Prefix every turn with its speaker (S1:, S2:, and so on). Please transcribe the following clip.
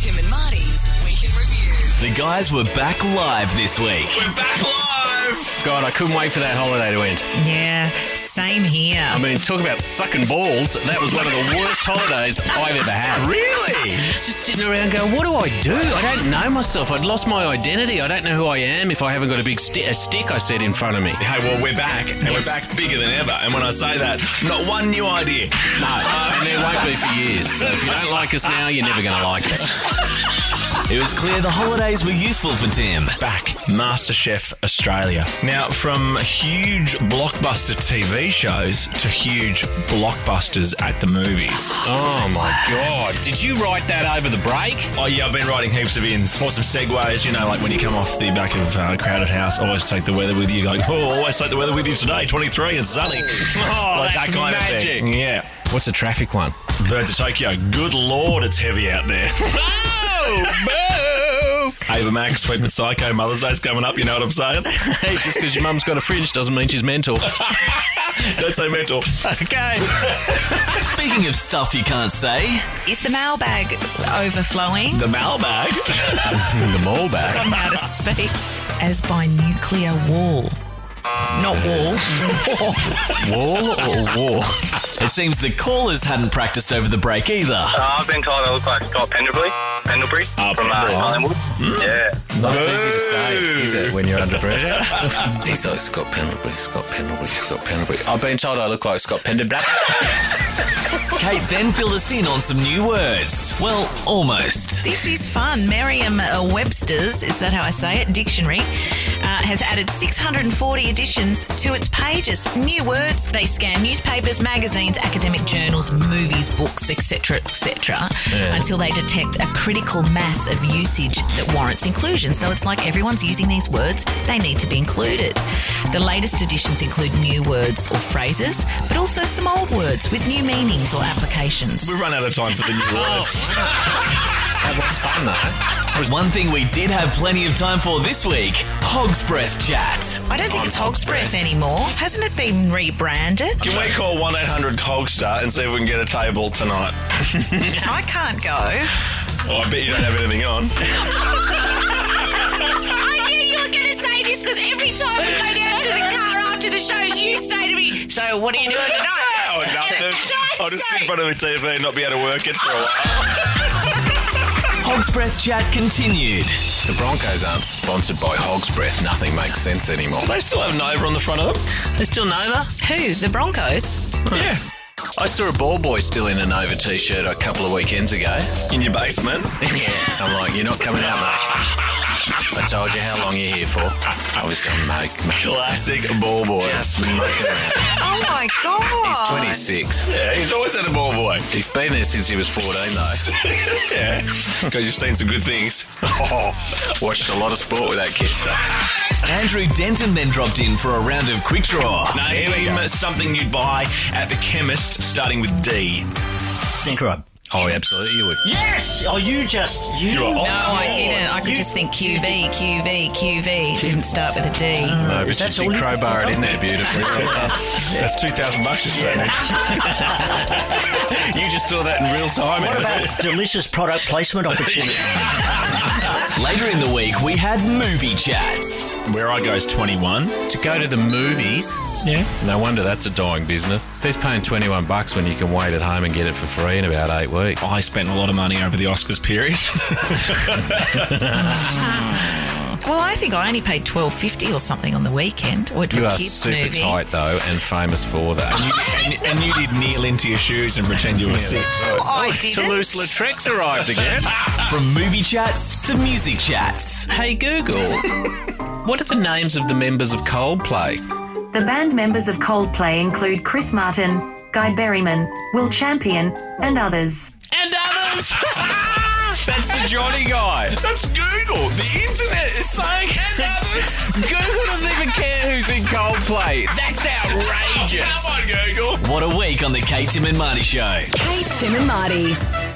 S1: Tim and Marty's Weekend Review.
S2: The guys were back live this week.
S3: We're back live!
S4: God, I couldn't wait for that holiday to end.
S5: Yeah, same here.
S4: I mean, talk about sucking balls. That was one of the worst holidays I've ever had.
S3: Really?
S4: It's just sitting around going, what do I do? I don't know myself. I'd lost my identity. I don't know who I am if I haven't got a big sti- a stick I said in front of me.
S3: Hey, well, we're back, and we're back bigger than ever. And when I say that, not one new idea.
S4: No, and there won't be for years. So if you don't like us now, you're never going to like us.
S2: It was clear the holidays were useful for Tim.
S3: Back, MasterChef Australia. Now, from huge blockbuster TV shows to huge blockbusters at the movies.
S4: Oh my God. Did you write that over the break?
S3: Oh, yeah, I've been writing heaps of ins. Awesome segues, you know, like when you come off the back of uh, Crowded House, always take the weather with you. Like, oh, always take the weather with you today, 23 and sunny.
S4: Oh,
S3: like
S4: that's
S3: that kind of thing.
S4: magic.
S3: Yeah.
S4: What's the traffic one?
S3: Birds of Tokyo. Good lord, it's heavy out there.
S4: Oh,
S3: Ava Max, Sweet But Psycho, Mother's Day's coming up, you know what I'm saying?
S4: Hey, just because your mum's got a fringe doesn't mean she's mental.
S3: Don't say mental.
S4: okay.
S2: Speaking of stuff you can't say,
S5: Is the mailbag overflowing?
S3: The mailbag.
S4: the mole back.
S5: I'm out of speak. As by nuclear wall. Not wall.
S4: Wall or war?
S2: it seems the callers hadn't practiced over the break either.
S6: Uh, I've been told I look like Scott Pendlebury, Pendlebury from uh,
S3: Pendlebury.
S6: Collingwood. Yeah.
S4: Not
S3: as easy to say, is it,
S4: when you're under pressure?
S7: He's like Scott Pendlebury, Scott Pendlebury, Scott Pendlebury. I've been told I look like Scott Pendlebury.
S2: Kate then filled us in on some new words. Well, almost.
S5: This is fun. Merriam uh, Webster's, is that how I say it? Dictionary, uh, has added 640 additions to its pages. New words, they scan newspapers, magazines, academic journals, movies, books, etc., etc., until they detect a critical mass of usage that warrants inclusion. So it's like everyone's using these words, they need to be included. The latest additions include new words or phrases, but also some old words with new meanings or applications.
S3: We've run out of time for the new
S4: Oh.
S3: words.
S4: That was fun though.
S2: One thing we did have plenty of time for this week hog's breath chat.
S5: I don't think it's Hog's Breath anymore. Hasn't it been rebranded?
S3: Can we call 1 800 Cogstar and see if we can get a table tonight?
S5: I can't go. I
S3: Oh, I bet you don't have anything on.
S5: knew you were going to say this because every time we go down to the car after the show, you say to me, So, what are you doing tonight?
S3: Oh, nothing. I'll just sit in front of the TV and not be able to work it for a while.
S2: Hog's breath chat continued.
S7: if the Broncos aren't sponsored by Hog's Breath, nothing makes sense anymore.
S3: Do they still have Nova on the front of them?
S7: There's still Nova?
S5: Who? The Broncos?
S3: Hmm. Yeah.
S7: I saw a ball boy still in a Nova t shirt a couple of weekends ago.
S3: In your basement.
S7: Yeah. I'm like, you're not coming out, mate. I told you how long you're here for. I was going to make, make
S3: Classic ball boy.
S7: just mucking around.
S5: Oh my God.
S7: He's 26.
S3: Yeah, he's always had a ball boy.
S7: He's been there since he was 14, though.
S3: yeah. Because you've seen some good things. Oh,
S7: Watched a lot of sport with that kid.
S2: Andrew Denton then dropped in for a round of quick draw.
S3: Name something you'd buy at the chemist starting with D.
S8: think right.
S7: Oh, absolutely, you would.
S8: Yes! Oh, you just. You,
S3: are
S5: No, Oh, I didn't. I could
S8: You-
S5: just think QV, QV, QV. Didn't start with a D.
S7: No, but
S8: that's
S7: you
S8: all
S7: did
S8: you-
S7: crowbar it in there beautifully.
S3: That's 2,000 bucks just You just saw that in real time.
S8: What about delicious product placement opportunity?
S2: Later in the week, we had movie chats.
S3: Where I go is 21.
S7: to go to the movies.
S3: Yeah.
S7: No wonder that's a dying business. Who's paying 21 bucks when you can wait at home and get it for free in about eight weeks?
S3: I spent a lot of money over the Oscars period.
S5: Well, I think I only paid twelve fifty or something on the weekend. Or
S7: You are
S5: kids
S7: super
S5: movie.
S7: tight though, and famous for that.
S3: and, and you did kneel into your shoes and pretend you were sick.
S5: Oh, I didn't.
S7: Lautrec's arrived again.
S2: From movie chats to music chats.
S7: hey Google, what are the names of the members of Coldplay?
S9: The band members of Coldplay include Chris Martin, Guy Berryman, Will Champion, and others.
S7: And others. that's the Johnny guy.
S3: That's Google. The internet is saying and others.
S7: Google doesn't even care who's in Coldplay. That's outrageous.
S3: Come on, Google.
S2: What a week on the Kate, Tim and Marty show.
S1: Kate, Tim and Marty.